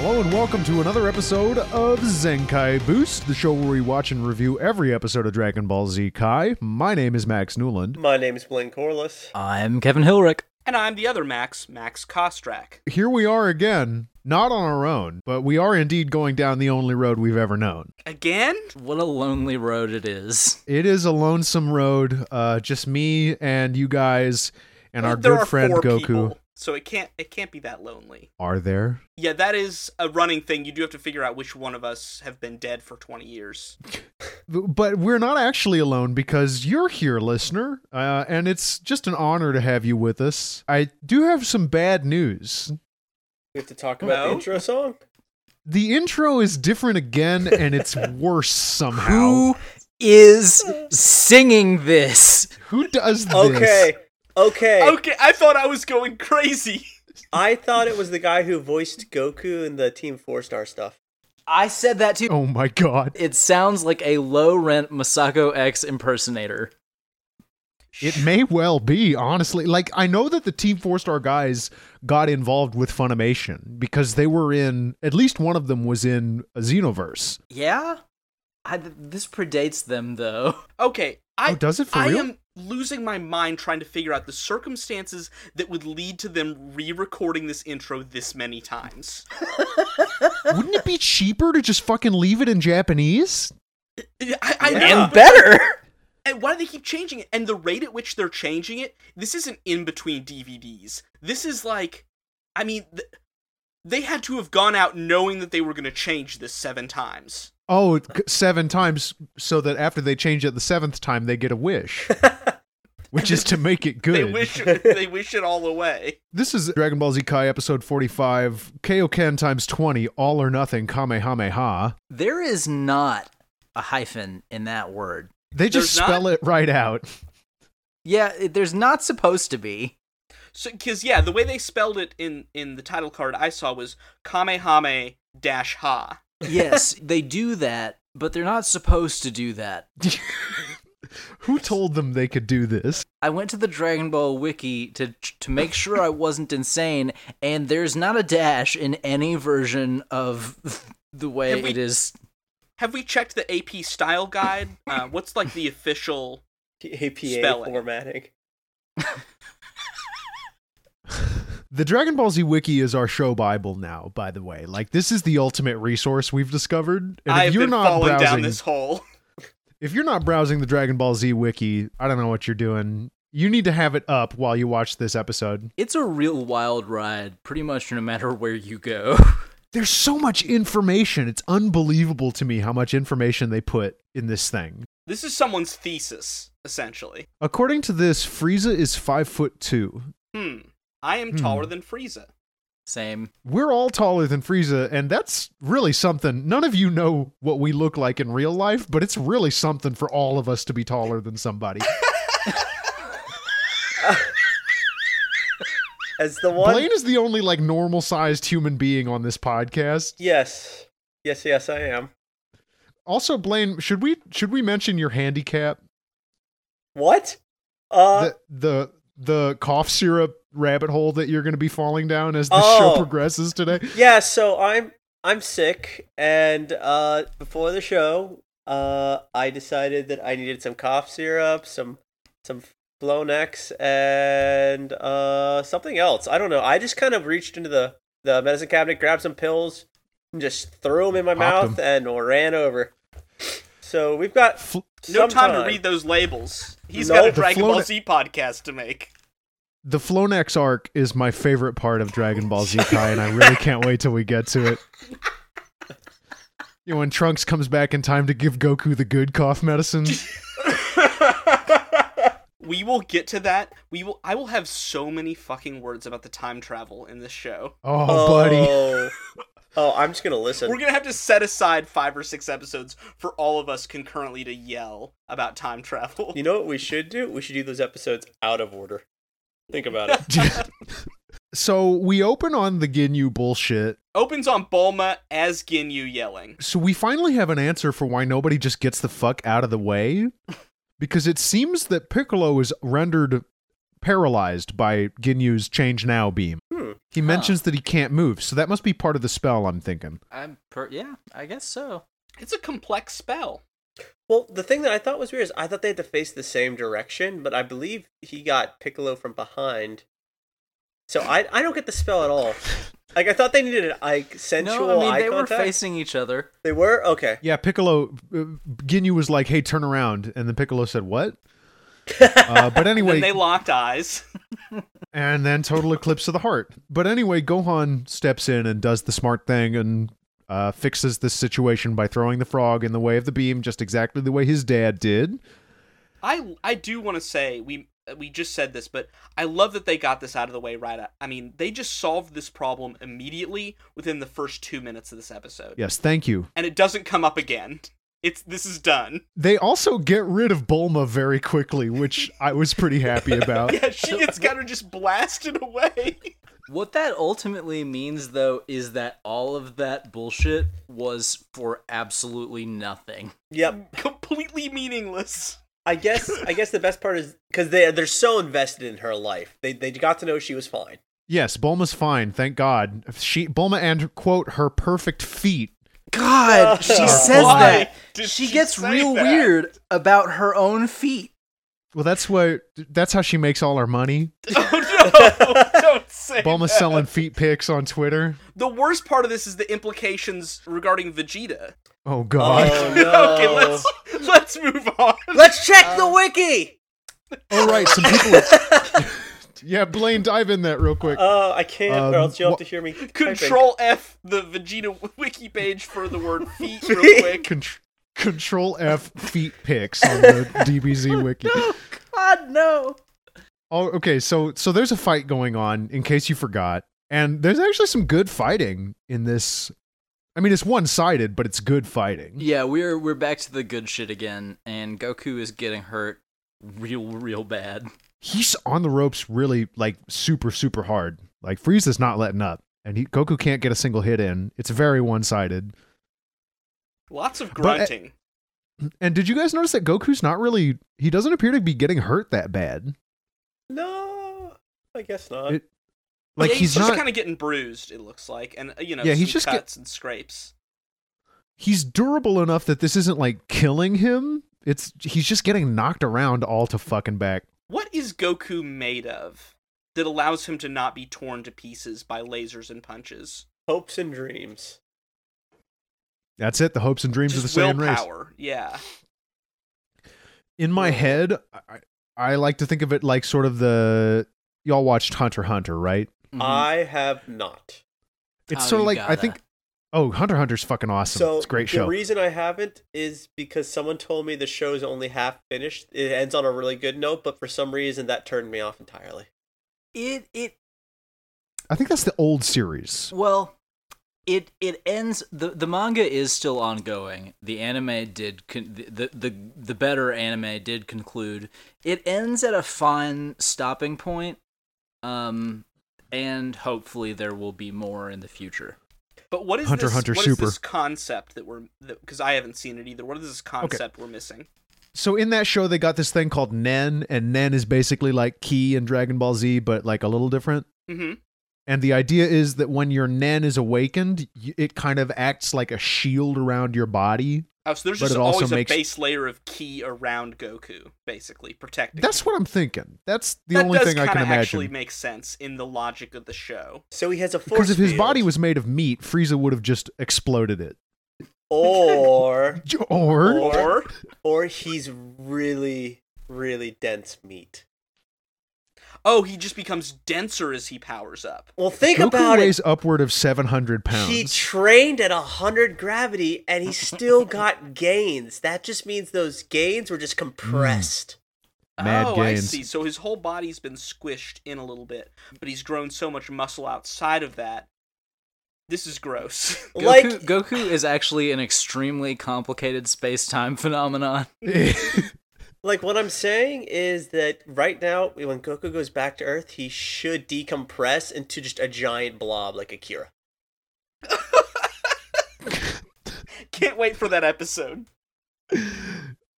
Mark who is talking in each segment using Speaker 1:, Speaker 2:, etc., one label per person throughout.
Speaker 1: Hello and welcome to another episode of Zenkai Boost, the show where we watch and review every episode of Dragon Ball Z Kai. My name is Max Newland.
Speaker 2: My name is Blaine Corliss.
Speaker 3: I'm Kevin Hilrick.
Speaker 4: And I'm the other Max, Max Kostrak.
Speaker 1: Here we are again, not on our own, but we are indeed going down the only road we've ever known.
Speaker 4: Again?
Speaker 3: What a lonely road it is.
Speaker 1: It is a lonesome road, uh, just me and you guys and our
Speaker 4: there
Speaker 1: good
Speaker 4: are
Speaker 1: friend
Speaker 4: four
Speaker 1: Goku.
Speaker 4: people, so it can't it can't be that lonely.
Speaker 1: Are there?
Speaker 4: Yeah, that is a running thing. You do have to figure out which one of us have been dead for 20 years.
Speaker 1: B- But we're not actually alone because you're here, listener, uh, and it's just an honor to have you with us. I do have some bad news.
Speaker 2: We have to talk about the
Speaker 4: No.
Speaker 2: intro song.
Speaker 1: The intro is different again, and it's worse somehow.
Speaker 3: Who is singing this?
Speaker 1: Who does this?
Speaker 2: Okay, okay.
Speaker 4: Okay, I thought I was going crazy.
Speaker 2: I thought it was the guy who voiced Goku in the Team Four Star stuff.
Speaker 3: I said that too.
Speaker 1: Oh my god!
Speaker 3: It sounds like a low rent Masako X impersonator.
Speaker 1: It may well be, honestly. Like I know that the Team Four Star guys got involved with Funimation because they were in. At least one of them was in a Xenoverse.
Speaker 3: Yeah? I, th- this predates them though.
Speaker 4: Okay, I
Speaker 1: oh, does it for
Speaker 4: I
Speaker 1: real?
Speaker 4: am losing my mind trying to figure out the circumstances that would lead to them re-recording this intro this many times.
Speaker 1: Wouldn't it be cheaper to just fucking leave it in Japanese?
Speaker 4: I, I know,
Speaker 2: Yeah.
Speaker 3: And better!
Speaker 4: And why do they keep changing it? And the rate at which they're changing it, this isn't in between DVDs. This is like, I mean, th- they had to have gone out knowing that they were going to change this seven times.
Speaker 1: Oh, it c- seven times, so that after they change it the seventh time, they get a wish, which is to make it good.
Speaker 4: They wish they wish it all away.
Speaker 1: This is Dragon Ball Z Kai episode 45, Kaioken times 20, all or nothing, Kamehameha.
Speaker 3: There is not a hyphen in that word.
Speaker 1: They just
Speaker 4: There's not-
Speaker 1: spell it right out.
Speaker 3: Yeah, it, there's not supposed to be.
Speaker 4: So, because yeah, the way they spelled it in in the title card I saw was Kamehame dash ha.
Speaker 3: Yes, they do that, but they're not supposed to do that.
Speaker 1: Who told them they could do this?
Speaker 3: I went to the Dragon Ball wiki to to make sure I wasn't insane, and there's not a dash in any version of the way
Speaker 4: Have we-
Speaker 3: it is.
Speaker 4: Have we checked the AP style guide? Uh, what's like the official?
Speaker 2: APA
Speaker 4: Spell it.
Speaker 2: formatting.
Speaker 1: The Dragon Ball Z Wiki is our show Bible now, by the way. Like, this is the ultimate resource we've discovered. And
Speaker 4: I've
Speaker 1: if you're
Speaker 4: been
Speaker 1: not
Speaker 4: falling
Speaker 1: browsing,
Speaker 4: down this hole.
Speaker 1: if you're not browsing the Dragon Ball Z Wiki, I don't know what you're doing. You need to have it up while you watch this episode.
Speaker 3: It's a real wild ride, pretty much no matter where you go.
Speaker 1: There's so much information. It's unbelievable to me how much information they put in this thing.
Speaker 4: This is someone's thesis, essentially.
Speaker 1: According to this, Frieza is five foot two.
Speaker 4: Hmm. I am taller than Frieza.
Speaker 3: Same.
Speaker 1: We're all taller than Frieza, and that's really something. None of you know what we look like in real life, but it's really something for all of us to be taller than somebody.
Speaker 2: As the one.
Speaker 1: Blaine is the only like normal sized human being on this podcast.
Speaker 2: Yes, yes, yes, I am.
Speaker 1: Also, Blaine, should we should we mention your handicap?
Speaker 2: What? Uh,
Speaker 1: the the the cough syrup rabbit hole that you're going to be falling down as the show
Speaker 2: Oh.
Speaker 1: progresses today.
Speaker 2: yeah. So I'm I'm sick, and uh, before the show, uh, I decided that I needed some cough syrup, some some Flonex, and uh, something else. I don't know. I just kind of reached into the the medicine cabinet, grabbed some pills, and just threw them in my
Speaker 1: Popped
Speaker 2: mouth, and ran over. So we've got
Speaker 1: Fl-
Speaker 4: No
Speaker 2: some
Speaker 4: time to read those labels. He's
Speaker 2: No,
Speaker 4: got a
Speaker 1: the
Speaker 4: Dragon
Speaker 1: Florida-
Speaker 4: Ball Z podcast to make.
Speaker 1: the Flonex arc is my favorite part of Dragon Ball Z Kai, and I really can't wait till we get to it. You know, when Trunks comes back in time to give Goku the good cough medicine.
Speaker 4: we will get to that. We will. I will have so many fucking words about the time travel in this show.
Speaker 1: Oh, buddy.
Speaker 2: Oh. Oh, I'm just gonna listen.
Speaker 4: We're gonna have to set aside five or six episodes for all of us concurrently to yell about time travel.
Speaker 2: You know what we should do? We should do those episodes out of order. Think about it.
Speaker 1: so we open on the Ginyu bullshit.
Speaker 4: Opens on Bulma as Ginyu yelling.
Speaker 1: So we finally have an answer for why nobody just gets the fuck out of the way. Because it seems that Piccolo is rendered paralyzed by Ginyu's change now beam.
Speaker 2: Hmm.
Speaker 1: He mentions that he can't move, so that must be part of the spell, I'm thinking.
Speaker 3: I'm per- yeah, I guess so.
Speaker 4: It's a complex spell.
Speaker 2: Well, the thing that I thought was weird is I thought they had to face the same direction, but I believe he got Piccolo from behind. So I I don't get the spell at all. Like I thought they needed an eye sensual
Speaker 3: no, I mean
Speaker 2: eye
Speaker 3: they
Speaker 2: contact.
Speaker 3: were facing each other.
Speaker 2: They were okay.
Speaker 1: Yeah, Piccolo. Uh, Ginyu was like, "Hey, turn around," and then Piccolo said, "What?" uh, but
Speaker 4: And
Speaker 1: anyway,
Speaker 4: then they locked eyes.
Speaker 1: and then total eclipse of the heart. But anyway, Gohan steps in and does the smart thing and uh, fixes this situation by throwing the frog in the way of the beam, just exactly the way his dad did.
Speaker 4: I I do want to say we we just said this, but I love that they got this out of the way right. At, I mean, they just solved this problem immediately within the first two minutes of this episode,
Speaker 1: Yes, thank you.
Speaker 4: and it doesn't come up again. It's this is done.
Speaker 1: They also get rid of Bulma very quickly, which I was pretty happy about.
Speaker 4: Yeah, she gets kind of just blasted away.
Speaker 3: What that ultimately means though is that all of that bullshit was for absolutely nothing.
Speaker 2: Yep.
Speaker 4: completely meaningless.
Speaker 2: I guess I guess the best part is because they they're so invested in her life. They they got to know she was fine.
Speaker 1: Yes, Bulma's fine, thank God. She Bulma and quote her perfect feet.
Speaker 3: God, she says
Speaker 4: Why
Speaker 3: that.
Speaker 4: did
Speaker 3: She
Speaker 4: she
Speaker 3: gets
Speaker 4: say
Speaker 3: real
Speaker 4: that?
Speaker 3: weird about her own feet.
Speaker 1: Well, that's what that's how she makes all her money.
Speaker 4: Oh no! Don't say.
Speaker 1: Bulma
Speaker 4: that.
Speaker 1: selling feet pics on Twitter.
Speaker 4: The worst part of this is the implications regarding Vegeta.
Speaker 1: Oh God.
Speaker 2: Oh no.
Speaker 4: okay, let's let's move on.
Speaker 2: Let's check the
Speaker 3: Uh,
Speaker 2: wiki.
Speaker 1: All Oh, right, some people. yeah, Blaine, dive in that real quick.
Speaker 2: Oh, I can't,
Speaker 1: Um,
Speaker 2: or else you'll have
Speaker 1: wha-
Speaker 2: to hear me. typing.
Speaker 4: Control F the Vegeta wiki page for the word feet real quick.
Speaker 1: Con- control F feet pics on the DBZ wiki.
Speaker 3: God no.
Speaker 1: Oh, okay. So so there's a fight going on. In case you forgot, and there's actually some good fighting in this. I mean, it's one sided, but it's good fighting.
Speaker 3: Yeah, we're we're back to the good shit again, and Goku is getting hurt real real bad.
Speaker 1: He's on the ropes, really like super super hard. Like Frieza's not letting up, and he, Goku can't get a single hit in. It's very one sided.
Speaker 4: Lots of
Speaker 1: But- uh,
Speaker 4: grunting.
Speaker 1: And did you guys notice that Goku's not really? He doesn't appear to be getting hurt that bad.
Speaker 2: No, I guess not.
Speaker 1: It- Like
Speaker 4: Yeah,
Speaker 1: he's,
Speaker 4: just
Speaker 1: not.
Speaker 4: kind of getting bruised. It looks like, and uh, you know,
Speaker 1: Yeah,
Speaker 4: some
Speaker 1: he's just get-
Speaker 4: cuts and scrapes.
Speaker 1: he's durable enough that this isn't like killing him. It's he's just getting knocked around all to fucking back.
Speaker 4: What is Goku made of that allows him to not be torn to pieces by lasers and punches?
Speaker 2: Hopes and dreams.
Speaker 1: That's it. The hopes and dreams of
Speaker 4: Just
Speaker 1: the Saiyan race.
Speaker 4: willpower. Yeah.
Speaker 1: In my head, I, I like to think of it like sort of the y'all watched Hunter x Hunter, right?
Speaker 3: Mhm.
Speaker 2: I have not.
Speaker 1: It's
Speaker 3: Oh,
Speaker 1: sort
Speaker 3: you
Speaker 1: of like I
Speaker 3: gotta.
Speaker 1: think. Oh, Hunter x Hunter's fucking awesome.
Speaker 2: So
Speaker 1: it's a great
Speaker 2: the
Speaker 1: show.
Speaker 2: reason I haven't is because someone told me the show's only half finished. It ends on a really good note, but for some reason that turned me off entirely.
Speaker 3: it it
Speaker 1: I think that's the old series.
Speaker 3: well it it ends the the manga is still ongoing. The anime did con- the, the the the better anime did conclude. It ends at a fine stopping point. Um and hopefully there will be more in the future.
Speaker 4: But what is
Speaker 1: Hunter
Speaker 4: this,
Speaker 1: Hunter
Speaker 4: what is
Speaker 1: Super.
Speaker 4: this concept that we're because I haven't seen it either. What is this concept we're missing?
Speaker 1: So in that show, they got this thing called Nen, and Nen is basically like Ki in Dragon Ball Z, but like a little different.
Speaker 4: Mm-hmm.
Speaker 1: And the idea is that when your Nen is awakened, y- it kind of acts like a shield around your body.
Speaker 4: Oh, so there's
Speaker 1: But
Speaker 4: just
Speaker 1: it also
Speaker 4: always
Speaker 1: makes-
Speaker 4: a base layer of ki around Goku, basically protecting.
Speaker 1: That's
Speaker 4: him.
Speaker 1: what I'm thinking. That's the
Speaker 4: that
Speaker 1: only
Speaker 4: does
Speaker 1: thing I can
Speaker 4: kinda
Speaker 1: imagine.
Speaker 4: Actually, makes sense in the logic of the show.
Speaker 2: So he has a force
Speaker 1: because if his
Speaker 2: field.
Speaker 1: body was made of meat, Frieza would have just exploded it.
Speaker 2: or
Speaker 1: J- Or,
Speaker 2: Or-
Speaker 4: Or
Speaker 2: or he's really really dense meat.
Speaker 4: oh, he just becomes denser as he powers up.
Speaker 2: Well, think
Speaker 1: Goku
Speaker 2: about it.
Speaker 1: weighs upward of 700 pounds.
Speaker 2: He trained at 100 gravity and he still got gains. That just means those gains were just compressed.
Speaker 1: Mad
Speaker 4: oh, I
Speaker 1: gains.
Speaker 4: see. So his whole body's been squished in a little bit, but he's grown so much muscle outside of that. This is gross.
Speaker 1: Mm.
Speaker 3: Goku,
Speaker 2: like
Speaker 3: Goku is actually an extremely complicated space-time phenomenon.
Speaker 2: like what I'm saying is that right now when Goku goes back to Earth, he should decompress into just a giant blob like Akira.
Speaker 4: Can't wait for that episode.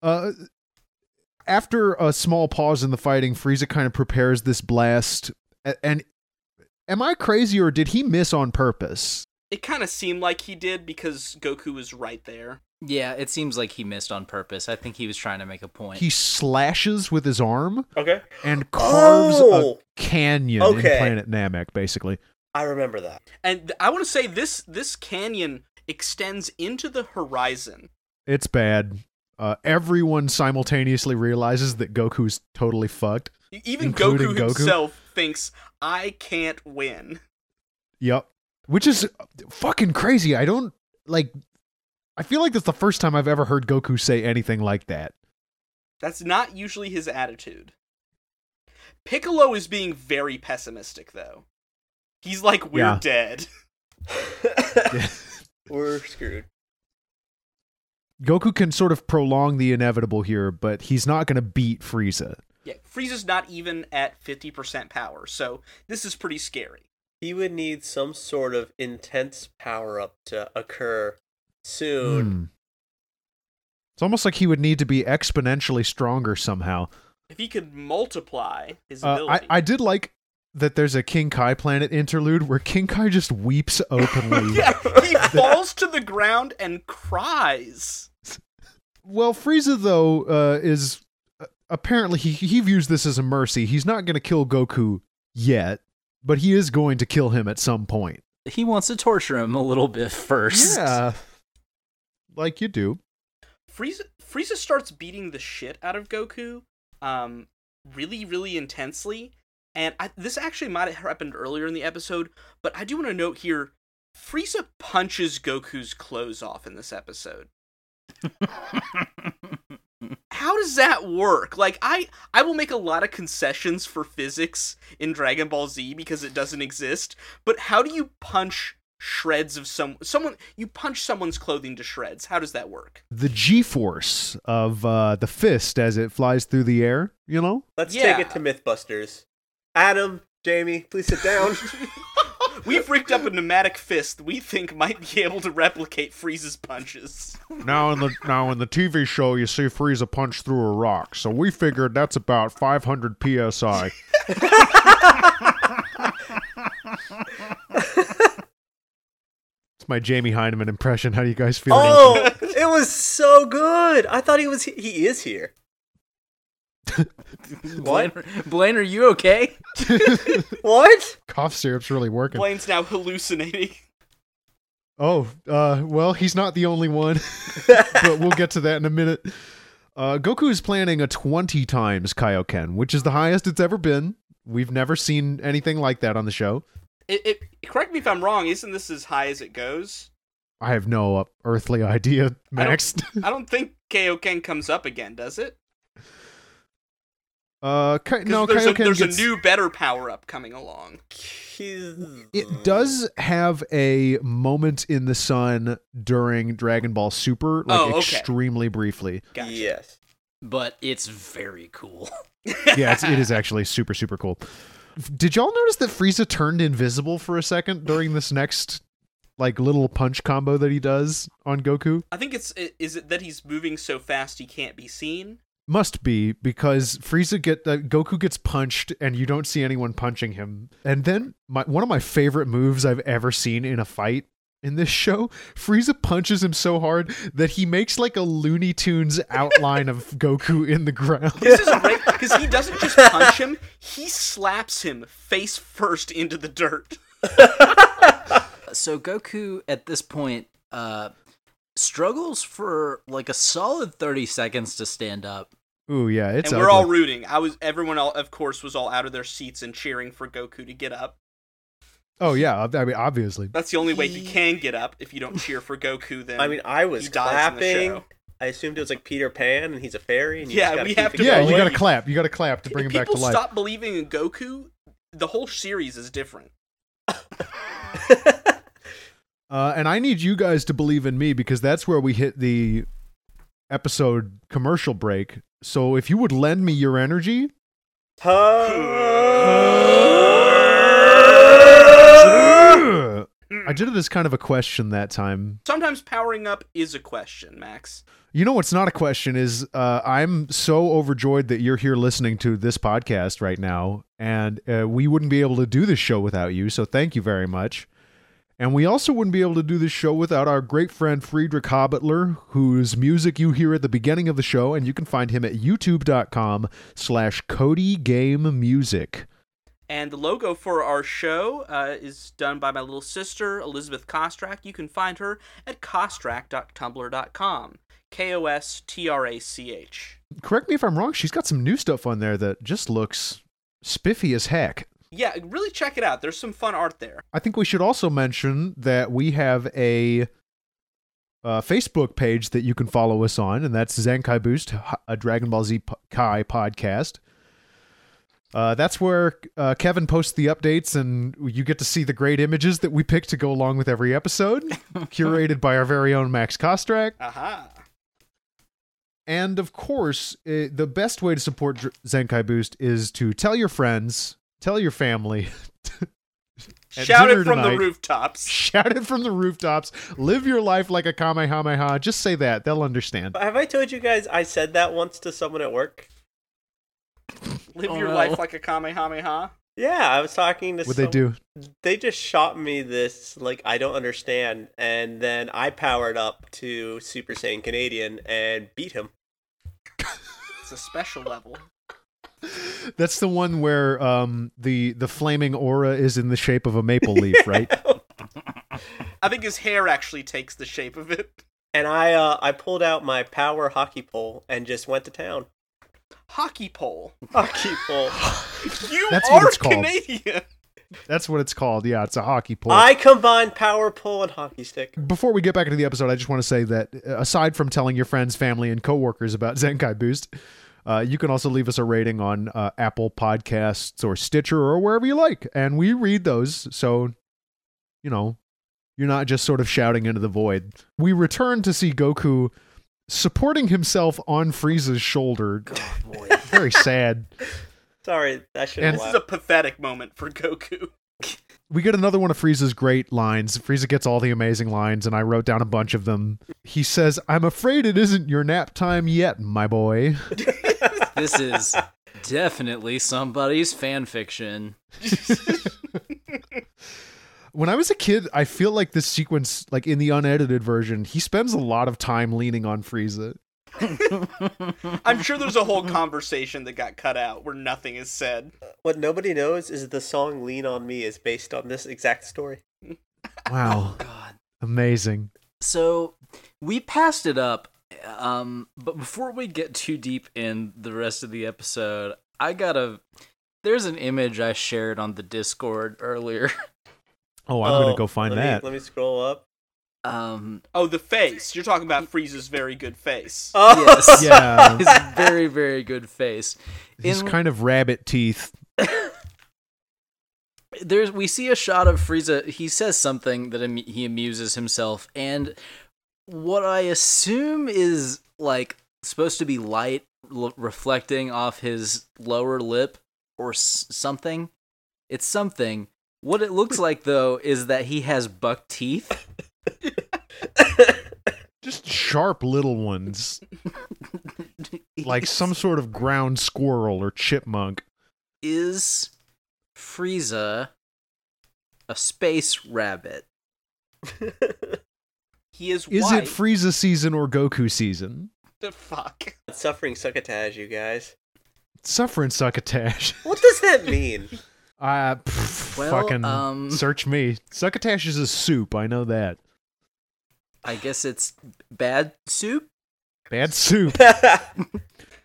Speaker 1: Uh, after a small pause in the fighting, Frieza kind of prepares this blast. A- And am I crazy or did he miss on purpose?
Speaker 4: It kind of seemed like he did because Goku was right there.
Speaker 3: Yeah, it seems like he missed on purpose. I think he was trying to make a point.
Speaker 1: He slashes with his arm
Speaker 2: Okay.
Speaker 1: and carves
Speaker 2: Oh!
Speaker 1: a canyon
Speaker 2: Okay.
Speaker 1: in Planet Namek, basically.
Speaker 2: I remember that.
Speaker 4: And th- I want to say this this canyon extends into the horizon.
Speaker 1: It's bad. Uh, everyone simultaneously realizes that Goku's totally fucked.
Speaker 4: E- Even
Speaker 1: Including
Speaker 4: Goku,
Speaker 1: Goku?
Speaker 4: himself thinks I can't win.
Speaker 1: Yep. Which is fucking crazy. I don't like. I feel like that's the first time I've ever heard Goku say anything like that.
Speaker 4: That's not usually his attitude. Piccolo is being very pessimistic though. He's like we're
Speaker 1: Yeah.
Speaker 4: dead.
Speaker 2: We're screwed.
Speaker 1: Goku can sort of prolong the inevitable here, but he's not going to beat Frieza.
Speaker 4: Yeah, Frieza's not even at 50% power, so this is pretty scary.
Speaker 2: He would need some sort of intense power up to occur soon.
Speaker 1: Hmm. It's almost like he would need to be exponentially stronger somehow.
Speaker 4: If he could multiply his
Speaker 1: Uh, I,
Speaker 4: ability.
Speaker 1: I did like that there's a King Kai planet interlude where King Kai just weeps openly.
Speaker 4: yeah, he falls to the ground and cries.
Speaker 1: Well, Frieza, though, uh, is uh, apparently he, he views this as a mercy. He's not going to kill Goku yet, but he is going to kill him at some point.
Speaker 3: He wants to torture him a little bit first.
Speaker 1: Like you do.
Speaker 4: Frieza Frieza starts beating the shit out of Goku, um, really, really intensely. And I, this actually might have happened earlier in the episode, but I do want to note here, Frieza punches Goku's clothes off in this episode. How does that work? Like I, I will make a lot of concessions for physics in Dragon Ball Z because it doesn't exist. But how do you punch shreds of some someone? You punch someone's clothing to shreds. How does that work?
Speaker 1: The G force of uh, the fist as it flies through the air, you know?
Speaker 2: Let's
Speaker 4: Yeah.
Speaker 2: take it to Mythbusters. Adam, Jamie, please sit down.
Speaker 4: We've rigged up a pneumatic fist we think might be able to replicate Frieza's punches.
Speaker 1: Now in the now in the TV show, you see Frieza punch through a rock, so we figured that's about 500 psi. it's my Jamie Heineman impression. How do you guys feel? about that?
Speaker 2: oh, it was so good. I thought he was he, he is here.
Speaker 3: Blaine, Blaine, are you okay?
Speaker 2: What?
Speaker 1: cough syrup's really working.
Speaker 4: Blaine's now hallucinating.
Speaker 1: Oh, uh, well, he's not the only one, but we'll get to that in a minute. Uh, Goku is planning a 20 times Kaioken, which is the highest it's ever been. We've never seen anything like that on the show.
Speaker 4: It, it, correct me if I'm wrong, isn't this as high as it goes?
Speaker 1: I have no uh, earthly idea, Max.
Speaker 4: I don't think Kaioken comes up again, does it?
Speaker 1: Uh, Kai-
Speaker 4: 'Cause
Speaker 1: no,
Speaker 4: there's, a,
Speaker 1: Kaioken
Speaker 4: there's
Speaker 1: gets-
Speaker 4: a new, better power up coming along.
Speaker 2: He's
Speaker 1: It does have a moment in the sun during Dragon Ball Super, like
Speaker 4: Oh, okay.
Speaker 1: extremely briefly.
Speaker 4: Gotcha.
Speaker 2: Yes.
Speaker 3: But it's very cool.
Speaker 1: Yeah, it's, it is actually super, super cool. F- Did y'all notice that Frieza turned invisible for a second during this next, like, little punch combo that he does on Goku?
Speaker 4: I think it's i- is it that he's moving so fast he can't be seen.
Speaker 1: Must be because Frieza get uh, Goku gets punched and you don't see anyone punching him. And then my one of my favorite moves I've ever seen in a fight in this show, Frieza punches him so hard that he makes like a Looney Tunes outline of Goku in the ground.
Speaker 4: This is a great because he doesn't just punch him; he slaps him face first into the dirt.
Speaker 3: so Goku at this point uh struggles for like a solid 30 seconds to stand up
Speaker 1: Ooh, yeah, it's
Speaker 4: and we're
Speaker 1: ugly.
Speaker 4: all rooting. I was everyone all, of course was all out of their seats and cheering for Goku to get up.
Speaker 1: Oh yeah, I I mean obviously.
Speaker 4: That's the only way he
Speaker 2: He-
Speaker 4: can get up. If you don't cheer for Goku, then
Speaker 2: I mean, I was
Speaker 4: he dies in the
Speaker 2: clapping.
Speaker 4: show.
Speaker 2: I assumed it was like Peter Pan and he's a fairy. And you
Speaker 4: Yeah,
Speaker 2: just gotta
Speaker 4: we
Speaker 2: keep
Speaker 4: have
Speaker 2: it
Speaker 4: to
Speaker 1: Yeah,
Speaker 4: go
Speaker 2: going.
Speaker 1: you gotta
Speaker 4: away.
Speaker 1: clap. You gotta clap to bring him
Speaker 4: if
Speaker 1: back
Speaker 4: people
Speaker 1: to life.
Speaker 4: stop believing in Goku, the whole series is different.
Speaker 1: Uh, and I need you guys to believe in me because that's where we hit the episode commercial break. So if you would lend me your energy, I did this kind of a question that time.
Speaker 4: Sometimes powering up is a question, Max.
Speaker 1: You know what's not a question is uh, I'm so overjoyed that you're here listening to this podcast right now, and uh, we wouldn't be able to do this show without you. So thank you very much. And we also wouldn't be able to do this show without our great friend Friedrich Hobbitler, whose music you hear at the beginning of the show, and you can find him at youtube.com slash Cody Game Music.
Speaker 4: And the logo for our show uh, is done by my little sister, Elizabeth Kostrak. You can find her at kostrak.tumblr.com. K O S T R A C H.
Speaker 1: Correct me if I'm wrong, she's got some new stuff on there that just looks spiffy as heck.
Speaker 4: Yeah, really check it out. There's some fun art there.
Speaker 1: I think we should also mention that we have a uh, Facebook page that you can follow us on, and that's Zenkai Boost, h- a Dragon Ball Z p- Kai podcast. Uh, that's where uh, Kevin posts the updates, and you get to see the great images that we pick to go along with every episode, curated by our very own Max Kostrak.
Speaker 4: Aha.
Speaker 1: And of course, eh, the best way to support Dr- Zenkai Boost is to tell your friends, tell your family, At
Speaker 4: Shout
Speaker 1: dinner
Speaker 4: it from
Speaker 1: tonight.
Speaker 4: the rooftops.
Speaker 1: shout it from the rooftops, live your life like a Kamehameha. Just say that, they'll understand.
Speaker 2: But have I told you guys I said that once to someone at work?
Speaker 4: Live
Speaker 3: Oh,
Speaker 4: your
Speaker 3: no.
Speaker 4: life like a Kamehameha.
Speaker 2: Yeah, I was talking to
Speaker 1: What
Speaker 2: some-
Speaker 1: they do.
Speaker 2: They just shot me this like I don't understand, and then I powered up to Super Saiyan Canadian and beat him.
Speaker 4: It's a special level.
Speaker 1: That's the one where um the the flaming aura is in the shape of a maple leaf, right?
Speaker 4: I think his hair actually takes the shape of it.
Speaker 2: And I uh, I pulled out my power hockey pole and just went to town.
Speaker 4: Hockey pole.
Speaker 2: Hockey pole.
Speaker 4: You
Speaker 1: That's what
Speaker 4: are
Speaker 1: it's called.
Speaker 4: Canadian.
Speaker 1: That's what it's called. Yeah, it's a hockey pole.
Speaker 2: I combined power pole and hockey stick.
Speaker 1: Before we get back into the episode, I just want to say that uh, aside from telling your friends, family, and coworkers about Zenkai Boost, uh, you can also leave us a rating on uh, Apple Podcasts or Stitcher or wherever you like, and we read those. So, you know, you're not just sort of shouting into the void. We return to see Goku supporting himself on Frieza's shoulder.
Speaker 3: boy.
Speaker 1: Very sad.
Speaker 2: Sorry, that should
Speaker 1: And-
Speaker 2: have
Speaker 4: This is a pathetic moment for Goku.
Speaker 1: we get another one of Frieza's great lines. Frieza gets all the amazing lines, and I wrote down a bunch of them. He says, I'm afraid it isn't your nap time yet, my boy.
Speaker 3: This is definitely somebody's fan fiction.
Speaker 1: When I was a kid, I feel like this sequence, like in the unedited version, he spends a lot of time leaning on Frieza.
Speaker 4: I'm sure there's a whole conversation that got cut out where nothing is said.
Speaker 2: What nobody knows is the song Lean On Me is based on this exact story.
Speaker 1: Wow.
Speaker 3: God.
Speaker 1: Amazing.
Speaker 3: So we passed it up, um, but before we get too deep in the rest of the episode, I gotta. There's an image I shared on the Discord earlier.
Speaker 1: Oh, I'm going
Speaker 2: Oh,
Speaker 1: to go find
Speaker 2: let me-
Speaker 1: that.
Speaker 2: let me scroll up.
Speaker 3: Um,
Speaker 4: Oh, the face. You're talking about Frieza's very good face.
Speaker 1: Uh,
Speaker 2: Oh,
Speaker 3: yes,
Speaker 1: yeah.
Speaker 3: his very very good face.
Speaker 1: He's
Speaker 3: In-
Speaker 1: kind of rabbit teeth.
Speaker 3: there's we see a shot of Frieza. He says something that am- he amuses himself, and what I assume is like supposed to be light l- reflecting off his lower lip or s- something. It's something. What it looks like though is that he has buck teeth.
Speaker 1: Just sharp little ones, like some sort of ground squirrel or chipmunk.
Speaker 3: is Frieza a space rabbit?
Speaker 4: He is,
Speaker 1: Is
Speaker 4: white.
Speaker 1: it Frieza season or Goku season?
Speaker 4: the fuck?
Speaker 2: Suffering succotash, you guys.
Speaker 1: Suffering succotash.
Speaker 2: What does that mean?
Speaker 1: Uh, pff,
Speaker 3: Well,
Speaker 1: fucking
Speaker 3: um-
Speaker 1: search me. Succotash is a soup. I know that.
Speaker 3: I guess it's bad soup.
Speaker 1: Bad soup.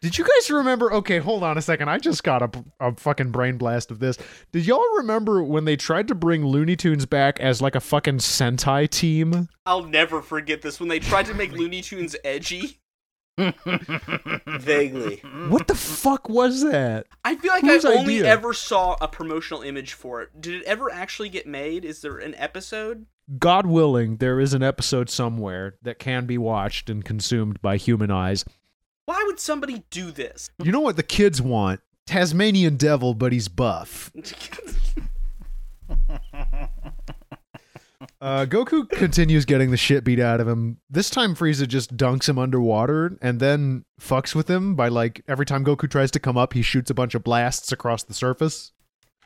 Speaker 1: Did you guys remember? Okay, hold on a second. I just got a, a fucking brain blast of this. Did y'all remember when they tried to bring Looney Tunes back as like a fucking Sentai team?
Speaker 4: I'll never forget this when they tried to make Looney Tunes edgy.
Speaker 2: Vaguely.
Speaker 1: What the fuck was that?
Speaker 4: I feel like
Speaker 1: Whose
Speaker 4: I only
Speaker 1: idea?
Speaker 4: ever saw a promotional image for it. Did it ever actually get made? Is there an episode?
Speaker 1: God willing, there is an episode somewhere that can be watched and consumed by human eyes.
Speaker 4: Why would somebody do this?
Speaker 1: You know what the kids want? Tasmanian devil, but he's buff. Uh, Goku continues getting the shit beat out of him. This time, Frieza just dunks him underwater and then fucks with him by like every time Goku tries to come up, he shoots a bunch of blasts across the surface.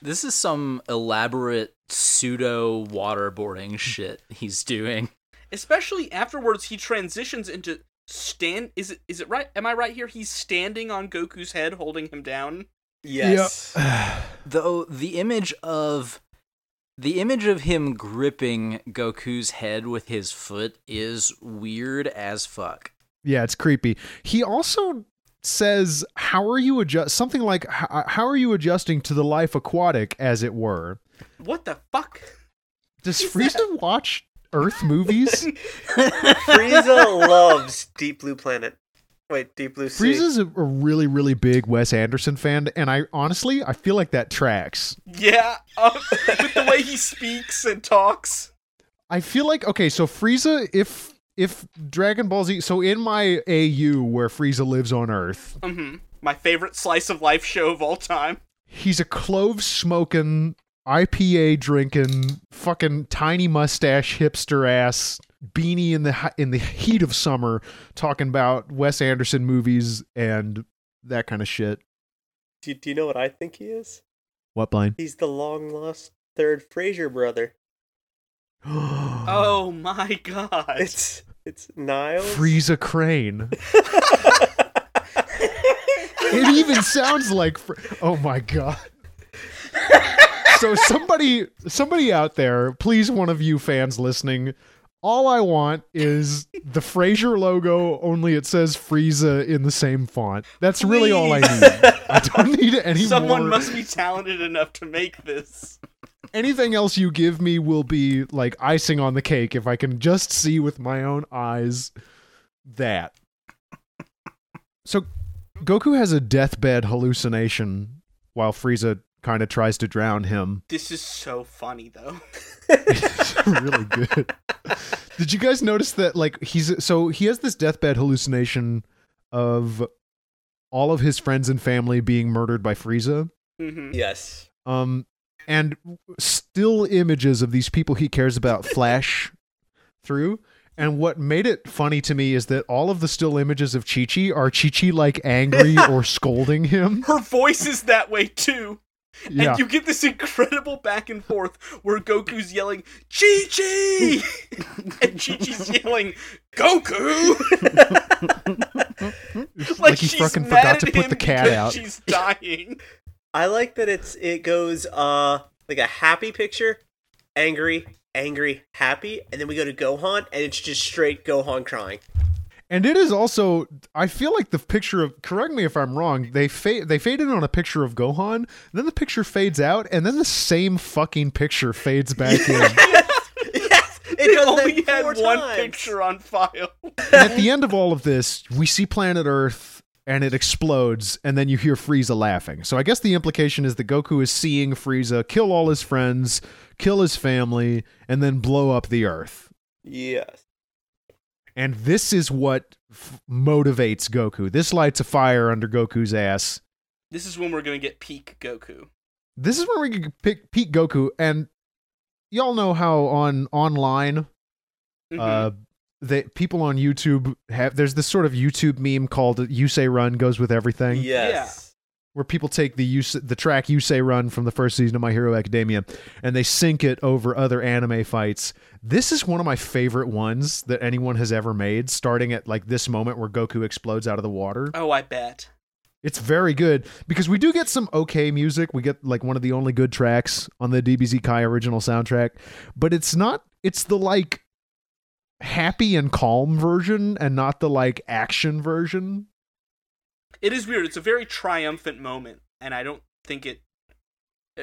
Speaker 3: This is some elaborate pseudo waterboarding shit he's doing.
Speaker 4: Especially afterwards he transitions into stand is it is it right am I right here? He's standing on Goku's head holding him down.
Speaker 2: Yes.
Speaker 3: Though the image of the image of him gripping Goku's head with his foot is weird as fuck.
Speaker 1: Yeah, it's creepy. He also says, "How are you adjust?" Something like, "H- uh, "How are you adjusting to the life aquatic, as it were?"
Speaker 4: What the fuck?
Speaker 1: Does Frieza watch Earth movies?
Speaker 2: Frieza loves Deep Blue Planet. Wait, Deep Blue Sea.
Speaker 1: Frieza's a a really, really big Wes Anderson fan, and I honestly, I feel like that tracks.
Speaker 4: Yeah. uh, with the way he speaks and talks.
Speaker 1: I feel like okay, so Frieza, if if Dragon Ball Z, so in my AU where Frieza lives on Earth,
Speaker 4: Mhm. My favorite slice of life show of all time.
Speaker 1: he's a clove smoking, IPA drinking, fucking tiny mustache hipster ass beanie in the hi- in the heat of summer, talking about Wes Anderson movies and that kind of shit.
Speaker 2: Do, do you know what I think he is?
Speaker 1: What blind?
Speaker 2: He's the long lost third Fraser brother.
Speaker 1: oh,
Speaker 4: Oh my god.
Speaker 2: It's it's Niles.
Speaker 1: Frieza Crane. it even sounds like fr- oh my god so somebody somebody out there please one of you fans listening all i want is the frasier logo only it says frieza in the same font that's really all i
Speaker 4: Please.
Speaker 1: need i don't need any
Speaker 4: Someone
Speaker 1: more
Speaker 4: must be talented enough to make this.
Speaker 1: anything else you give me will be like icing on the cake if I can just see with my own eyes that. So Goku has a deathbed hallucination while Frieza kind of tries to drown him.
Speaker 4: This is so funny though.
Speaker 1: It's really good. Did you guys notice that like he's so he has this deathbed hallucination of all of his friends and family being murdered by Frieza?
Speaker 4: hmm
Speaker 2: Yes.
Speaker 1: um and still images of these people he cares about flash through and what made it funny to me is that all of the still images of Chi Chi are Chi Chi like angry or scolding him.
Speaker 4: Her voice is that way too.
Speaker 1: Yeah.
Speaker 4: And you get this incredible back and forth where Goku's yelling, Chi Chi! and Chi Chi's yelling, Goku!
Speaker 1: It's
Speaker 4: like
Speaker 1: like he
Speaker 4: she's
Speaker 1: fucking
Speaker 4: mad
Speaker 1: forgot
Speaker 4: at
Speaker 1: to put
Speaker 4: him
Speaker 1: the cat
Speaker 4: because
Speaker 1: out.
Speaker 4: She's dying.
Speaker 2: I like that it's it goes uh like a happy picture, angry, angry, happy, and then we go to Gohan and it's just straight Gohan crying.
Speaker 1: And it is also, I feel like the picture of, correct me if I'm wrong, they, fa- they fade in on a picture of Gohan, then the picture fades out, and then the same fucking picture fades back in.
Speaker 2: yes, it
Speaker 4: They
Speaker 2: does
Speaker 4: only
Speaker 2: that
Speaker 4: had
Speaker 2: four
Speaker 4: one
Speaker 2: times.
Speaker 4: picture on file.
Speaker 1: And at the end of all of this, we see planet Earth and it explodes, and then you hear Frieza laughing. So I guess the implication is that Goku is seeing Frieza kill all his friends, kill his family, and then blow up the Earth.
Speaker 2: Yes.
Speaker 1: And this is what f- motivates Goku. This lights a fire under Goku's ass.
Speaker 4: This is when we're gonna get peak Goku.
Speaker 1: This is where we can pick Pete Goku, and y'all know how on online
Speaker 4: Mhm.
Speaker 1: uh, that people on YouTube have. There's this sort of YouTube meme called "You Say Run" goes with everything.
Speaker 2: Yes.
Speaker 1: where people take the use the track you say run from the first season of My Hero Academia and they sync it over other anime fights. This is one of my favorite ones that anyone has ever made, starting at like this moment where Goku explodes out of the water.
Speaker 4: oh, I bet.
Speaker 1: It's very good because we do get some okay music. We get like one of the only good tracks on the DBZ Kai original soundtrack, but it's not it's the like happy and calm version and not the like action version.
Speaker 4: It is weird. It's a very triumphant moment, and I don't think it.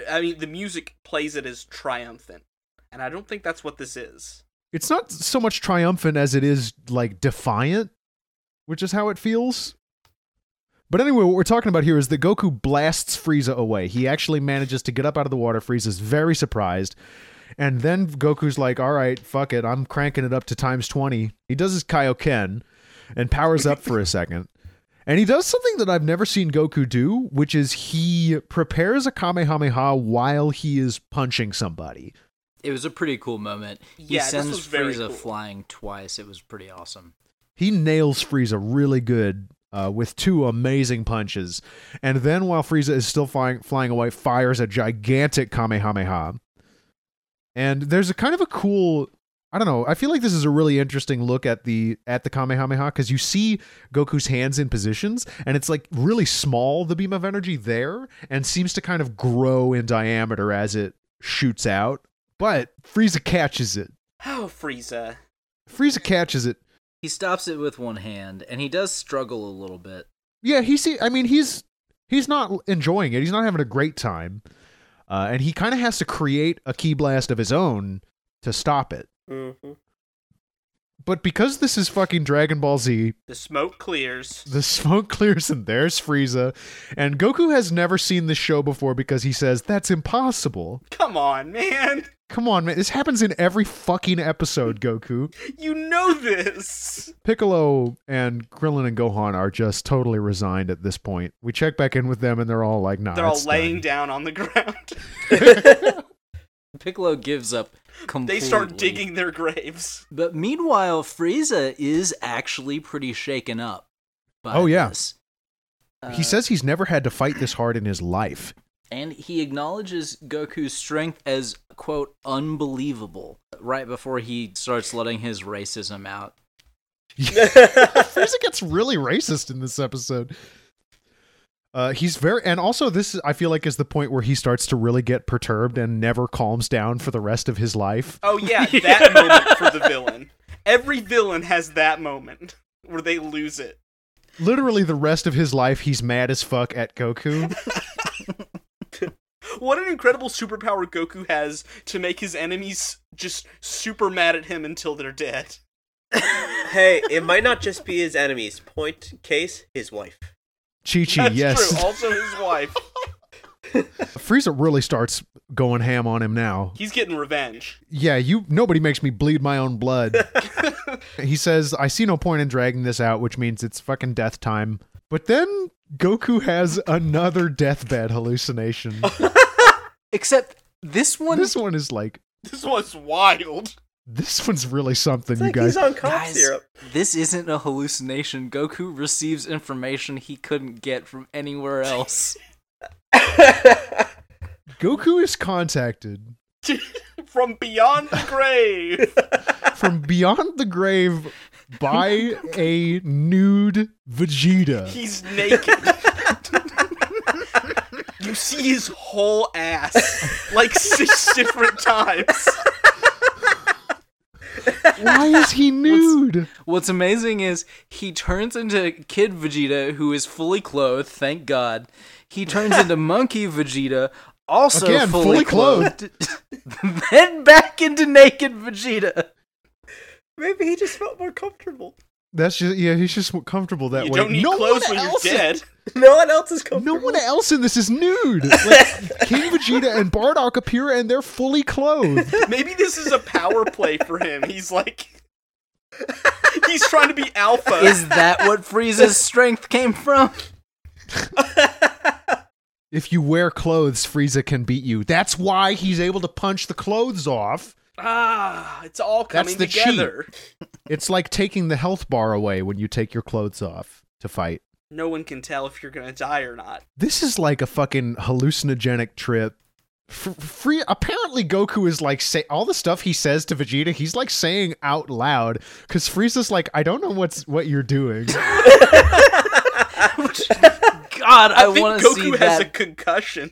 Speaker 4: I mean, the music plays it as triumphant, and I don't think that's what this is.
Speaker 1: It's not so much triumphant as it is like defiant, which is how it feels. But anyway, what we're talking about here is that Goku blasts Frieza away. He actually manages to get up out of the water. Frieza's very surprised. And then Goku's like, all right, fuck it. I'm cranking it up to times 20. He does his Kaioken and powers up for a second. And he does something that I've never seen Goku do, which is he prepares a Kamehameha while he is punching somebody.
Speaker 3: It was a pretty cool moment. He
Speaker 4: Yeah, this
Speaker 3: sends
Speaker 4: was very
Speaker 3: Frieza
Speaker 4: cool.
Speaker 3: flying twice. It was pretty awesome.
Speaker 1: He nails Frieza really good uh, with two amazing punches. And then while Frieza is still flying, flying away, fires a gigantic Kamehameha. And there's a kind of a cool I don't know. I feel like this is a really interesting look at the at the Kamehameha because you see Goku's hands in positions, and it's like really small the beam of energy there, and seems to kind of grow in diameter as it shoots out. But Frieza catches it.
Speaker 4: Oh, Frieza.
Speaker 1: Frieza catches it.
Speaker 3: He stops it with one hand, and he does struggle a little bit.
Speaker 1: Yeah, he see. I mean, he's he's not enjoying it. He's not having a great time, uh, and he kind of has to create a key blast of his own to stop it.
Speaker 2: Mm-hmm.
Speaker 1: But because this is fucking Dragon Ball Z,
Speaker 4: The smoke clears.
Speaker 1: The smoke clears and there's Frieza. And Goku has never seen this show before because he says, That's impossible.
Speaker 4: Come on, man.
Speaker 1: Come on, man. This happens in every fucking episode, Goku.
Speaker 4: You know this.
Speaker 1: Piccolo and Krillin and Gohan are just totally resigned at this point. We check back in with them and they're all like, Nah,
Speaker 4: They're all
Speaker 1: it's
Speaker 4: laying
Speaker 1: done."
Speaker 4: down on the ground.
Speaker 3: Piccolo gives up completely.
Speaker 4: they start digging their graves.
Speaker 3: But meanwhile, Frieza is actually pretty shaken up. By
Speaker 1: Oh, yeah.
Speaker 3: this. Uh,
Speaker 1: He says he's never had to fight this hard in his life.
Speaker 3: and he acknowledges Goku's strength as quote unbelievable right before he starts letting his racism out.
Speaker 2: Mm-hmm.
Speaker 1: Frieza gets really racist in this episode. Uh, he's very, and also this I feel like is the point where he starts to really get perturbed and never calms down for the rest of his life.
Speaker 4: Oh yeah, that moment for the villain. Every villain has that moment where they lose it.
Speaker 1: Literally, the rest of his life, he's mad as fuck at Goku.
Speaker 4: What an incredible superpower Goku has to make his enemies just super mad at him until they're dead.
Speaker 2: hey, it might not just be his enemies. Point case, his wife.
Speaker 1: Chi Chi,
Speaker 4: That's
Speaker 1: yes,
Speaker 4: true. Also his wife.
Speaker 1: Frieza really starts going ham on him now.
Speaker 4: He's getting revenge.
Speaker 1: Yeah, you. Nobody makes me bleed my own blood. he says, "I see no point in dragging this out," which means it's fucking death time. But then Goku has another deathbed hallucination.
Speaker 3: Except this one
Speaker 1: this one is like
Speaker 4: This was wild.
Speaker 1: this one's really something,
Speaker 2: It's
Speaker 1: you
Speaker 2: like
Speaker 1: guys.
Speaker 2: he's on cough
Speaker 3: Guys,
Speaker 2: syrup.
Speaker 3: this isn't a hallucination. Goku receives information he couldn't get from anywhere else.
Speaker 1: Goku is contacted
Speaker 4: From beyond the grave.
Speaker 1: from beyond the grave by a nude Vegeta.
Speaker 4: He's naked. you see his whole ass like six different times.
Speaker 1: Why is he nude?
Speaker 3: What's amazing is he turns into Kid Vegeta, who is fully clothed, thank God. He turns into Monkey Vegeta, also
Speaker 1: Again,
Speaker 3: fully,
Speaker 1: fully
Speaker 3: clothed. then back into Naked Vegeta.
Speaker 2: Maybe he just felt more comfortable.
Speaker 1: That's just yeah. He's just comfortable that
Speaker 4: You
Speaker 1: way.
Speaker 4: don't need
Speaker 1: no
Speaker 4: clothes
Speaker 1: one
Speaker 4: when you're
Speaker 1: else
Speaker 4: dead.
Speaker 2: No one else is
Speaker 1: No
Speaker 2: comfortable.
Speaker 1: one else in this is nude. Like, King Vegeta and Bardock appear and they're fully clothed.
Speaker 4: Maybe this is a power play for him. He's like, he's trying to be alpha.
Speaker 3: Is that what Frieza's strength came from?
Speaker 1: If you wear clothes, Frieza can beat you. That's why he's able to punch the clothes off.
Speaker 4: ah, it's all
Speaker 1: That's
Speaker 4: coming
Speaker 1: the cheat.
Speaker 4: together.
Speaker 1: It's like taking the health bar away when you take your clothes off to fight.
Speaker 4: No one can tell if you're gonna die or not.
Speaker 1: This is like a fucking hallucinogenic trip. F- free apparently Goku is like say all the stuff he says to Vegeta he's like saying out loud cuz Frieza's like I don't know what's what you're doing.
Speaker 3: God, I,
Speaker 4: I, think
Speaker 3: want to
Speaker 4: Goku
Speaker 3: see
Speaker 4: has
Speaker 3: that.
Speaker 4: a concussion.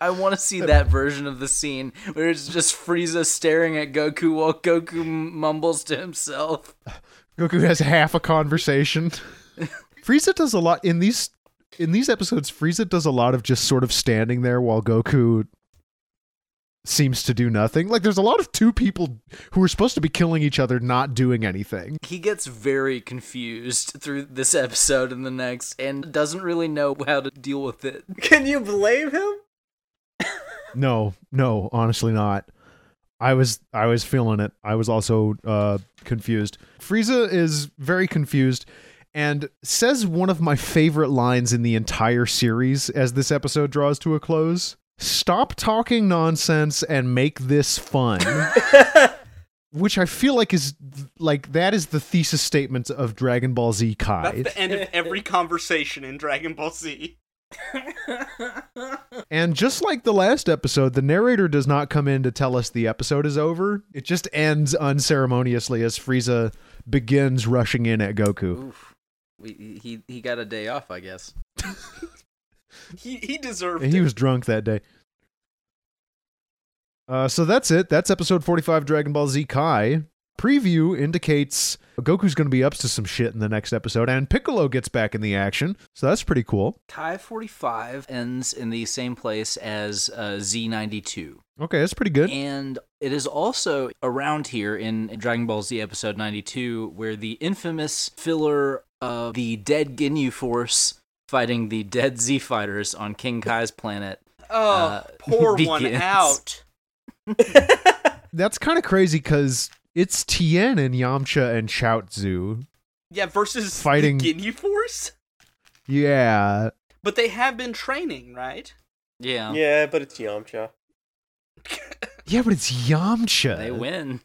Speaker 3: I want to see that version of the scene where it's just Frieza staring at Goku while Goku mumbles to himself.
Speaker 1: Goku has half a conversation. Frieza does a lot in these in these episodes. Frieza does a lot of just sort of standing there while Goku seems to do nothing. Like there's a lot of two people who are supposed to be killing each other not doing anything.
Speaker 3: He gets very confused through this episode and the next and doesn't really know how to deal with it.
Speaker 2: Can you blame him?
Speaker 1: No, no, honestly not. I was I was feeling it. I was also uh confused. Frieza is very confused and says one of my favorite lines in the entire series as this episode draws to a close. Stop talking nonsense and make this fun. Which I feel like is like that is the thesis statement of Dragon Ball Z Kai.
Speaker 4: That's the end of every conversation in Dragon Ball Z.
Speaker 1: And just like the last episode, the narrator does not come in to tell us the episode is over. It just ends unceremoniously as Frieza begins rushing in at Goku.
Speaker 3: Oof. We, he he got a day off, I guess.
Speaker 4: He he deserved
Speaker 1: And he
Speaker 4: it.
Speaker 1: was drunk that day. Uh, so that's it. That's episode 45 Dragon Ball Z Kai. Preview indicates Goku's going to be up to some shit in the next episode, and Piccolo gets back in the action. So that's pretty cool.
Speaker 3: Kai 45 ends in the same place as uh, Z92.
Speaker 1: Okay, that's pretty good.
Speaker 3: And it is also around here in Dragon Ball Z episode 92 where the infamous filler of the dead Ginyu Force fighting the dead Z fighters on King Kai's planet.
Speaker 4: oh,
Speaker 3: uh,
Speaker 4: pour one
Speaker 3: begins.
Speaker 4: out.
Speaker 1: That's kind of crazy because it's Tien and Yamcha and Chaozu.
Speaker 4: Yeah, versus
Speaker 1: Fighting-
Speaker 4: the Ginyu Force.
Speaker 1: Yeah,
Speaker 4: But they have been training, right?
Speaker 3: Yeah.
Speaker 2: Yeah, but it's Yamcha.
Speaker 1: Yeah, but it's Yamcha.
Speaker 3: They win.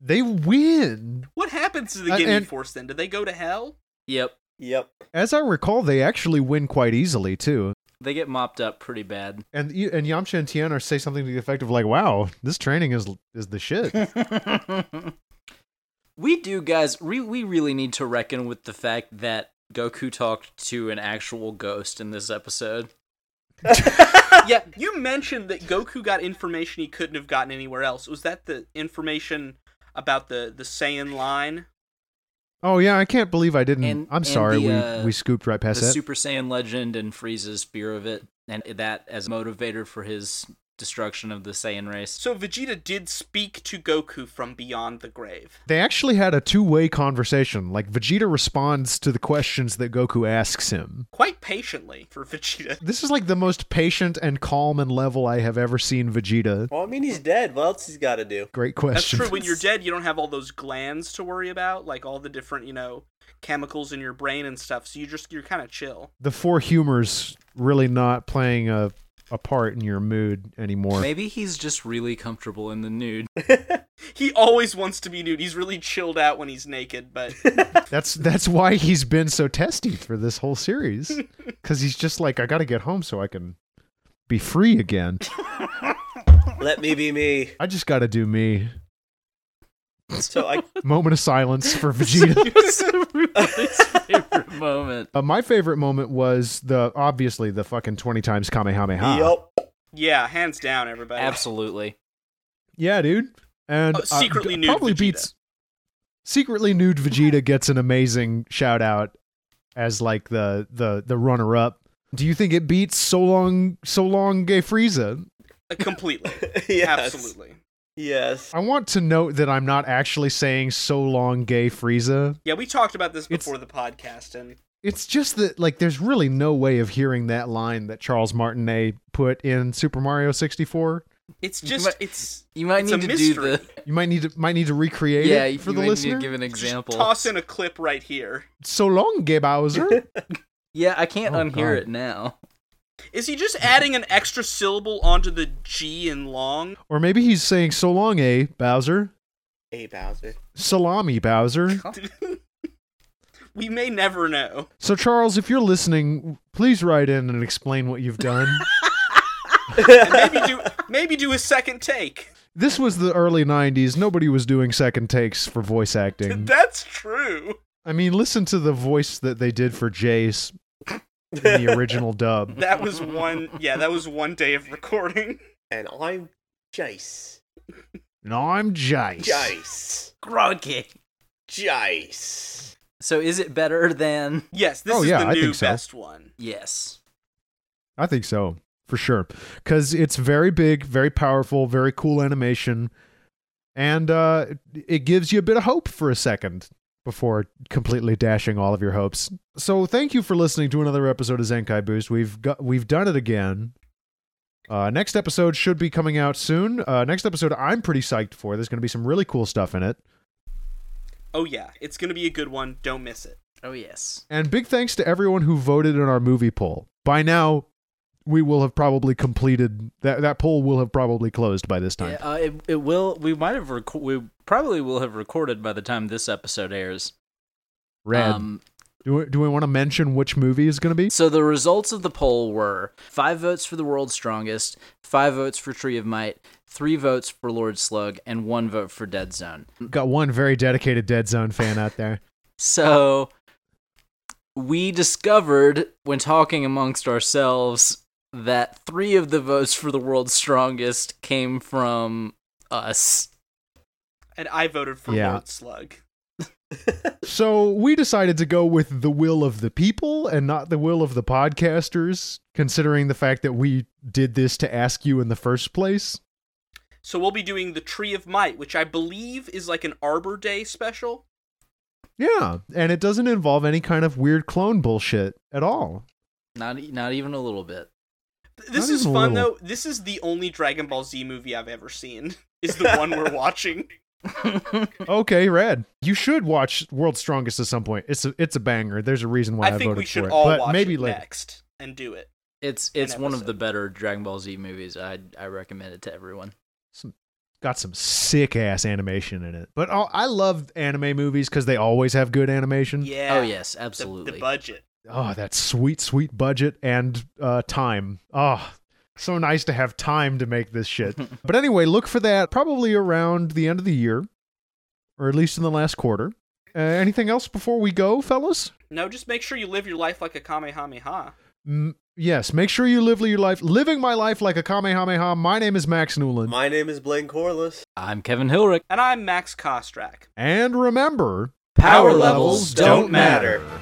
Speaker 1: They win.
Speaker 4: What happens to the
Speaker 1: Uh,
Speaker 4: Ginyu
Speaker 1: and-
Speaker 4: Force then? Do they go to hell?
Speaker 3: Yep.
Speaker 2: Yep.
Speaker 1: As I recall, they actually win quite easily too.
Speaker 3: They get mopped up pretty bad.
Speaker 1: And y- and Yamcha and Tien are say something to the effect of like, "Wow, this training is is the shit."
Speaker 3: we do, guys. Re- we really need to reckon with the fact that Goku talked to an actual ghost in this episode.
Speaker 4: yeah, you mentioned that Goku got information he couldn't have gotten anywhere else. Was that the information about the the Saiyan line?
Speaker 1: oh yeah, I can't believe I didn't.
Speaker 3: And-
Speaker 1: I'm
Speaker 3: and
Speaker 1: sorry,
Speaker 3: the,
Speaker 1: we
Speaker 3: uh,
Speaker 1: we scooped right past
Speaker 3: the
Speaker 1: that.
Speaker 3: Super Saiyan legend and Frieza's fear of it, and that as a motivator for his destruction of the Saiyan race.
Speaker 4: So Vegeta did speak to Goku from beyond the grave.
Speaker 1: they actually had a two way conversation. Like Vegeta responds to the questions that Goku asks him.
Speaker 4: Quite patiently for Vegeta.
Speaker 1: This is like the most patient and calm and level I have ever seen Vegeta.
Speaker 2: Well, I mean, he's dead. What else he's got to do?
Speaker 1: Great
Speaker 4: That's
Speaker 1: question.
Speaker 4: true. When you're dead, you don't have all those glands to worry about, like all the different, you know, chemicals in your brain and stuff. So you just you're kind of chill.
Speaker 1: the four humors really not playing a, a part in your mood anymore.
Speaker 3: Maybe he's just really comfortable in the nude.
Speaker 4: He always wants to be nude. He's really chilled out when he's naked, but
Speaker 1: That's that's why he's been so testy for this whole series cuz he's just like I got to get home so I can be free again.
Speaker 2: Let me be me.
Speaker 1: I just got to do me.
Speaker 2: So I
Speaker 1: Moment of silence for Vegeta.
Speaker 3: It's everybody's favorite moment.
Speaker 1: Uh, my favorite moment was the obviously the fucking 20 times Kamehameha.
Speaker 2: yup.
Speaker 4: yeah, hands down, everybody.
Speaker 3: Absolutely.
Speaker 1: Yeah, dude. And
Speaker 4: Oh, secretly
Speaker 1: uh,
Speaker 4: nude
Speaker 1: probably
Speaker 4: Vegeta.
Speaker 1: beats secretly nude Vegeta gets an amazing shout out as like the the the runner up. Do you think it beats so long so long gay Frieza?
Speaker 4: Uh, Completely.
Speaker 2: yes.
Speaker 4: Absolutely.
Speaker 2: Yes.
Speaker 1: I want to note that I'm not actually saying so long gay Frieza.
Speaker 4: Yeah, we talked about this
Speaker 1: It's-
Speaker 4: before the podcast, and
Speaker 1: It's just that like there's really no way of hearing that line that Charles Martinet put in Super Mario 64.
Speaker 4: it's just
Speaker 3: might-
Speaker 4: it's
Speaker 3: You might
Speaker 4: It's a
Speaker 3: need to do the
Speaker 1: You might need to might need to recreate
Speaker 3: yeah.
Speaker 1: it for
Speaker 3: you
Speaker 1: the
Speaker 3: might need
Speaker 1: listener.
Speaker 3: to give an
Speaker 4: just
Speaker 3: example.
Speaker 4: toss in a clip right here.
Speaker 1: so long gay Bowser.
Speaker 3: Yeah, I can't
Speaker 1: Oh,
Speaker 3: unhear
Speaker 1: God.
Speaker 3: it now.
Speaker 4: Is he just adding an extra syllable onto the G in long?
Speaker 1: or maybe he's saying so long a Bowser.
Speaker 2: Hey Bowser.
Speaker 1: Salami, Bowser.
Speaker 4: We may never know.
Speaker 1: So, Charles, if you're listening, please write in and explain what you've done.
Speaker 4: And maybe do maybe do a second take.
Speaker 1: this was the early 90s. Nobody was doing second takes for voice acting.
Speaker 4: That's true.
Speaker 1: I mean, listen to the voice that they did for Jace in the original dub.
Speaker 4: That was one. Yeah, that was one day of recording.
Speaker 2: And I'm Jace.
Speaker 1: No, I'm Jace.
Speaker 2: Jace.
Speaker 3: Groggy.
Speaker 2: Jace.
Speaker 3: So is it better than?
Speaker 4: Yes, this
Speaker 1: Oh,
Speaker 4: is
Speaker 1: yeah,
Speaker 4: the
Speaker 1: I
Speaker 4: new
Speaker 1: think so.
Speaker 4: best one.
Speaker 3: Yes.
Speaker 1: I think so, for sure. Because it's very big, very powerful, very cool animation. And uh, it- it gives you a bit of hope for a second before completely dashing all of your hopes. So thank you for listening to another episode of Zenkai Boost. We've got we've done it again. Uh, next episode should be coming out soon. Uh, next episode, I'm pretty psyched for. There's going to be some really cool stuff in it.
Speaker 4: Oh yeah, it's gonna be a good one. Don't miss it.
Speaker 3: Oh yes.
Speaker 1: And big thanks to everyone who voted in our movie poll. By now, we will have probably completed that. That poll will have probably closed by this time.
Speaker 3: Yeah, uh, it, it will. We might have. Rec- we probably will have recorded by the time this episode airs.
Speaker 1: Red,
Speaker 3: Um,
Speaker 1: do we, do we want to mention which movie is going to be?
Speaker 3: so the results of the poll were five votes for the world's strongest, five votes for Tree of Might, three votes for Lord Slug, and one vote for Dead Zone.
Speaker 1: Got one very dedicated Dead Zone fan out there.
Speaker 3: So we discovered when talking amongst ourselves that three of the votes for the world's strongest came from us.
Speaker 4: And I voted for
Speaker 1: Yeah.
Speaker 4: Lord Slug.
Speaker 1: so we decided to go with the will of the people and not the will of the podcasters, considering the fact that we did this to ask you in the first place.
Speaker 4: So we'll be doing the Tree of Might, which I believe is like an Arbor Day special.
Speaker 1: Yeah, and it doesn't involve any kind of weird clone bullshit at all.
Speaker 3: Not e- not even a little bit.
Speaker 4: Th- This
Speaker 1: Not
Speaker 4: is
Speaker 1: even a
Speaker 4: fun
Speaker 1: little.
Speaker 4: though. This is the only Dragon Ball Z movie I've ever seen. Is the one we're watching.
Speaker 1: Okay, red. You should watch World's Strongest at some point. It's a, it's a banger. There's a reason why I,
Speaker 4: I think
Speaker 1: voted
Speaker 4: we should
Speaker 1: for it.
Speaker 4: all
Speaker 1: but
Speaker 4: watch
Speaker 1: maybe
Speaker 4: it
Speaker 1: later.
Speaker 4: next and do it.
Speaker 3: It's it's one of
Speaker 4: episode.
Speaker 3: the better Dragon Ball Z movies. I I recommend it to everyone.
Speaker 1: Got some sick ass animation in it. But all, I love anime movies because they always have good animation.
Speaker 4: Yeah.
Speaker 3: Oh yes,
Speaker 4: The,
Speaker 3: absolutely.
Speaker 4: the budget.
Speaker 1: Oh, that sweet sweet budget and uh, time. Oh, so nice to have time to make this shit. but anyway, look for that probably around the end of the year, or at least in the last quarter. Uh, anything else before we go, fellas?
Speaker 4: No, just make sure you live your life like a Kamehameha.
Speaker 1: M- yes, make sure you live your life. Living my life like a Kamehameha. My name is Max Newland.
Speaker 2: My name is Blaine Corliss.
Speaker 3: I'm Kevin Hilrich.
Speaker 4: And I'm Max Kostrak.
Speaker 1: And remember,
Speaker 3: Power
Speaker 1: levels don't
Speaker 2: matter.